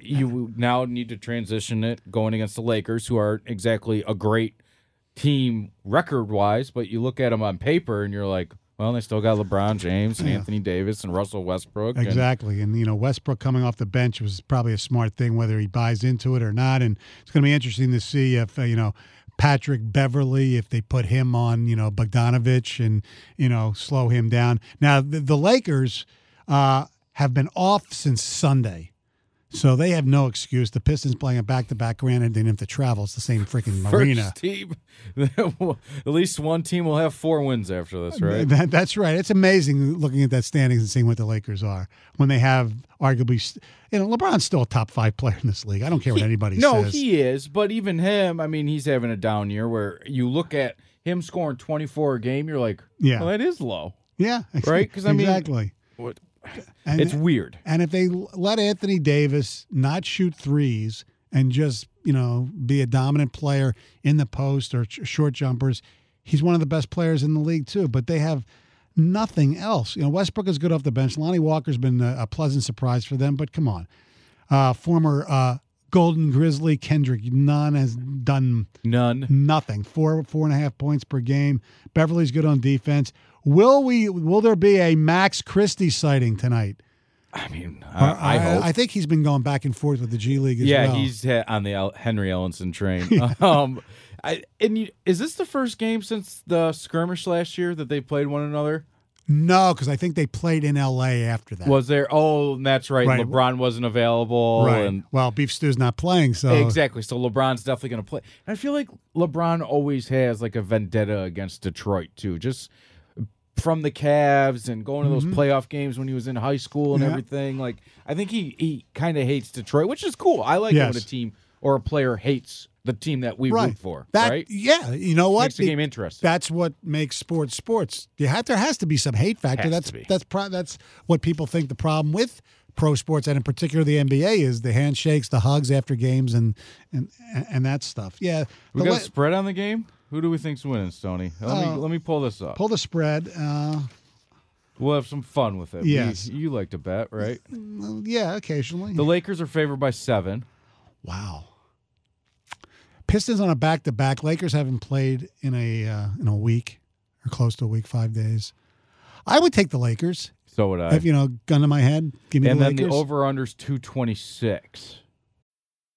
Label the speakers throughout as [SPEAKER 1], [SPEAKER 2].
[SPEAKER 1] You now need to transition it going against the Lakers, who aren't exactly a great team record wise, but you look at them on paper and you're like, well, they still got LeBron James and Anthony Davis and Russell Westbrook. and-
[SPEAKER 2] Exactly. And, you know, Westbrook coming off the bench was probably a smart thing, whether he buys into it or not. And it's going to be interesting to see if, uh, you know, Patrick Beverly, if they put him on, you know, Bogdanovich and, you know, slow him down. Now, the, the Lakers uh, have been off since Sunday. So they have no excuse. The Pistons playing a back to back. Granted, they didn't have to travel. It's the same freaking arena.
[SPEAKER 1] First team, at least one team will have four wins after this, right?
[SPEAKER 2] That, that's right. It's amazing looking at that standings and seeing what the Lakers are when they have arguably, st- you know, LeBron's still a top five player in this league. I don't care what anybody
[SPEAKER 1] no,
[SPEAKER 2] says.
[SPEAKER 1] he is, but even him, I mean, he's having a down year where you look at him scoring 24 a game, you're like,
[SPEAKER 2] Yeah.
[SPEAKER 1] well, that is low.
[SPEAKER 2] yeah, ex-
[SPEAKER 1] Right? 'Cause I mean-
[SPEAKER 2] exactly.
[SPEAKER 1] What?
[SPEAKER 2] And-
[SPEAKER 1] it's weird.
[SPEAKER 2] And if they l- let Anthony Davis not shoot threes and just you know be a dominant player in the post or sh- short jumpers, he's one of the best players in the league too. But they have nothing else. You know, Westbrook is good off the bench. Lonnie Walker's been a, a pleasant surprise for them. But come on, uh, former uh, Golden Grizzly Kendrick Nunn has done
[SPEAKER 1] None.
[SPEAKER 2] nothing. Four four and a half points per game. Beverly's good on defense. Will we? Will there be a Max Christie sighting tonight?
[SPEAKER 1] I mean, I, I, hope.
[SPEAKER 2] Uh, I think he's been going back and forth with the G League as
[SPEAKER 1] yeah,
[SPEAKER 2] well.
[SPEAKER 1] he's he- on the El- Henry Ellenson train. um, I, and you, is this the first game since the skirmish last year that they played one another?
[SPEAKER 2] no, because I think they played in L.A. after that.
[SPEAKER 1] Was there? Oh, that's right.
[SPEAKER 2] Uh, Right.
[SPEAKER 1] LeBron wasn't available,
[SPEAKER 2] right.
[SPEAKER 1] and
[SPEAKER 2] well, Beef Stew's not playing, so
[SPEAKER 1] Exactly. So LeBron's definitely going to play. And I feel like LeBron always has like a vendetta against Detroit too. Just from the Cavs and going to those playoff games when he was in high school and
[SPEAKER 2] Mm-hmm. Yeah.
[SPEAKER 1] everything. Like I think he he kind of hates Detroit, which is cool. I like it when
[SPEAKER 2] Yes.
[SPEAKER 1] a team or a player hates the team that we
[SPEAKER 2] right.
[SPEAKER 1] root for.
[SPEAKER 2] that,
[SPEAKER 1] right.
[SPEAKER 2] Yeah, you know what?
[SPEAKER 1] Makes the game interesting.
[SPEAKER 2] That's what makes sports sports. You have, there has to be some hate factor.
[SPEAKER 1] Has
[SPEAKER 2] that's
[SPEAKER 1] to be.
[SPEAKER 2] that's pro, that's what people think the problem with pro sports and in particular the NBA is the handshakes, the hugs after games, and and and that stuff. Yeah,
[SPEAKER 1] we
[SPEAKER 2] the
[SPEAKER 1] got
[SPEAKER 2] la-
[SPEAKER 1] a spread on the game. Who do we think's winning, Stoney? Let me let me pull this up.
[SPEAKER 2] Uh, pull the spread. Uh,
[SPEAKER 1] we'll have some fun with it. We-
[SPEAKER 2] Yes.
[SPEAKER 1] you like to bet, right?
[SPEAKER 2] well, yeah, occasionally.
[SPEAKER 1] The Lakers are favored by seven.
[SPEAKER 2] Wow. Pistons on a back to back. Lakers haven't played in a uh, in a week or close to a week, five days. I would take the Lakers.
[SPEAKER 1] So would I.
[SPEAKER 2] If you know, gun to my head, give me
[SPEAKER 1] and
[SPEAKER 2] the
[SPEAKER 1] then
[SPEAKER 2] Lakers.
[SPEAKER 1] the over under's 226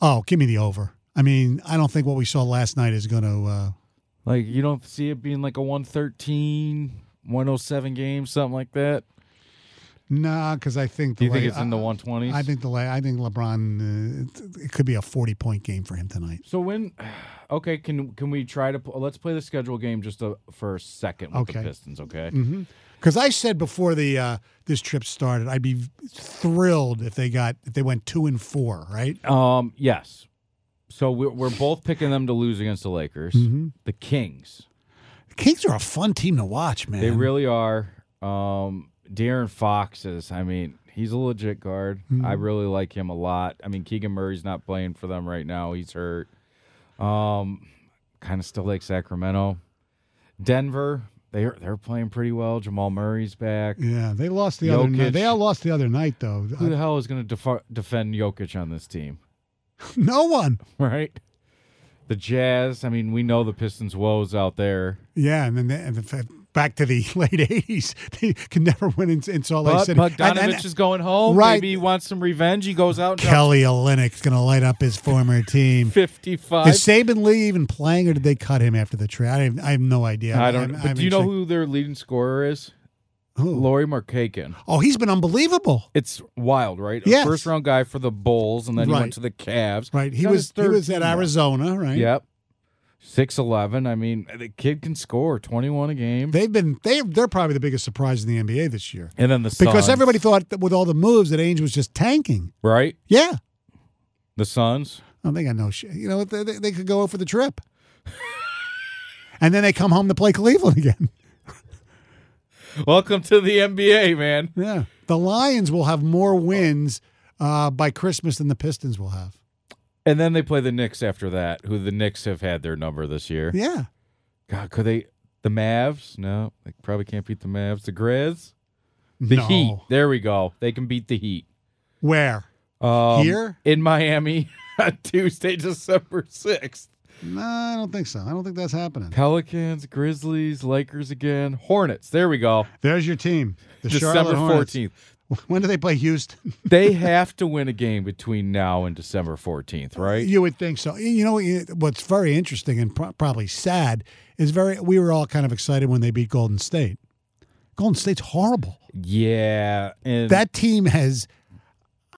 [SPEAKER 2] oh, give me the over. I mean, I don't think what we saw last night is going to. Uh,
[SPEAKER 1] like you don't see it being like a 113 107 game something like that
[SPEAKER 2] nah, because I think. The
[SPEAKER 1] do you think
[SPEAKER 2] La-
[SPEAKER 1] it's in the
[SPEAKER 2] I-
[SPEAKER 1] 120s
[SPEAKER 2] I think the La- I think LeBron. Uh, it, it could be a forty point game for him tonight.
[SPEAKER 1] so when okay can can we try to pl- let's play the schedule game just a, for a second with the
[SPEAKER 2] Okay. Mm-hmm.
[SPEAKER 1] pistons okay
[SPEAKER 2] Because I said before the uh, this trip started, I'd be thrilled if they got if they went two and four, right?
[SPEAKER 1] um yes so we're, we're both picking them to lose against the lakers
[SPEAKER 2] Mm-hmm.
[SPEAKER 1] the kings
[SPEAKER 2] Kings are a fun team to watch, man.
[SPEAKER 1] they really are um darren fox is i mean he's a legit guard
[SPEAKER 2] Mm-hmm.
[SPEAKER 1] i really like him a lot i mean keegan murray's not playing for them right now he's hurt um kind of still like sacramento denver they're they're playing pretty well jamal murray's back
[SPEAKER 2] Yeah, they lost the other
[SPEAKER 1] Jokic.
[SPEAKER 2] night. They all lost the other night, though.
[SPEAKER 1] who the
[SPEAKER 2] Uh,
[SPEAKER 1] hell is going to def- defend jokic on this team
[SPEAKER 2] no one.
[SPEAKER 1] right the jazz i mean we know the pistons woes out there
[SPEAKER 2] Yeah, and then they, and the, fa- back to the late '80s. They can never win in, in Salt Lake
[SPEAKER 1] But
[SPEAKER 2] City. And-
[SPEAKER 1] Bogdanovich
[SPEAKER 2] and-
[SPEAKER 1] is going home.
[SPEAKER 2] Right.
[SPEAKER 1] Maybe he wants some revenge. He goes out and
[SPEAKER 2] Kelly Olynyk's going to light up his former team.
[SPEAKER 1] fifty-five.
[SPEAKER 2] Is Saban Lee even playing, or did they cut him after the trade? I have, I have no idea.
[SPEAKER 1] I don't.
[SPEAKER 2] I'm-
[SPEAKER 1] know.
[SPEAKER 2] I'm
[SPEAKER 1] but do you know
[SPEAKER 2] intrigued.
[SPEAKER 1] who their leading scorer is?
[SPEAKER 2] Who?
[SPEAKER 1] Lori Markakin.
[SPEAKER 2] Oh, he's been unbelievable.
[SPEAKER 1] It's wild, right?
[SPEAKER 2] Yes.
[SPEAKER 1] A first round guy for the Bulls, and then he
[SPEAKER 2] Right.
[SPEAKER 1] went to the Cavs.
[SPEAKER 2] Right, he
[SPEAKER 1] He's on
[SPEAKER 2] was
[SPEAKER 1] his
[SPEAKER 2] he
[SPEAKER 1] third
[SPEAKER 2] was
[SPEAKER 1] team
[SPEAKER 2] at
[SPEAKER 1] now.
[SPEAKER 2] Arizona, right?
[SPEAKER 1] Yep. Six eleven. I mean, the kid can score twenty one a game.
[SPEAKER 2] They've been they they're probably the biggest surprise in the NBA this year
[SPEAKER 1] and then the
[SPEAKER 2] because
[SPEAKER 1] Suns,
[SPEAKER 2] everybody thought that with all the moves that Ainge was just tanking.
[SPEAKER 1] right
[SPEAKER 2] Yeah,
[SPEAKER 1] the Suns.
[SPEAKER 2] oh, they got no shit. You know, what? they, they, they could go for the trip, and then they come home to play Cleveland again.
[SPEAKER 1] Welcome to the NBA, man.
[SPEAKER 2] Yeah, the Lions will have more wins uh, by Christmas than the Pistons will have.
[SPEAKER 1] And then they play the Knicks after that, who the Knicks have had their number this year.
[SPEAKER 2] Yeah,
[SPEAKER 1] God, could they? The Mavs? No, they probably can't beat the Mavs. The Grizz? The
[SPEAKER 2] No.
[SPEAKER 1] Heat. There we go. They can beat the Heat.
[SPEAKER 2] Where?
[SPEAKER 1] Um,
[SPEAKER 2] Here?
[SPEAKER 1] in Miami on Tuesday, December sixth.
[SPEAKER 2] No, I don't think so. I don't think that's happening.
[SPEAKER 1] Pelicans, Grizzlies, Lakers again, Hornets. There we go.
[SPEAKER 2] There's your team, the
[SPEAKER 1] December
[SPEAKER 2] Charlotte Hornets.
[SPEAKER 1] fourteenth.
[SPEAKER 2] When do they play Houston?
[SPEAKER 1] They have to win a game between now and December fourteenth, right?
[SPEAKER 2] You would think so. You know what- what's very interesting and pro- probably sad is very. We were all kind of excited when they beat Golden State. Golden State's horrible.
[SPEAKER 1] Yeah, and
[SPEAKER 2] That team has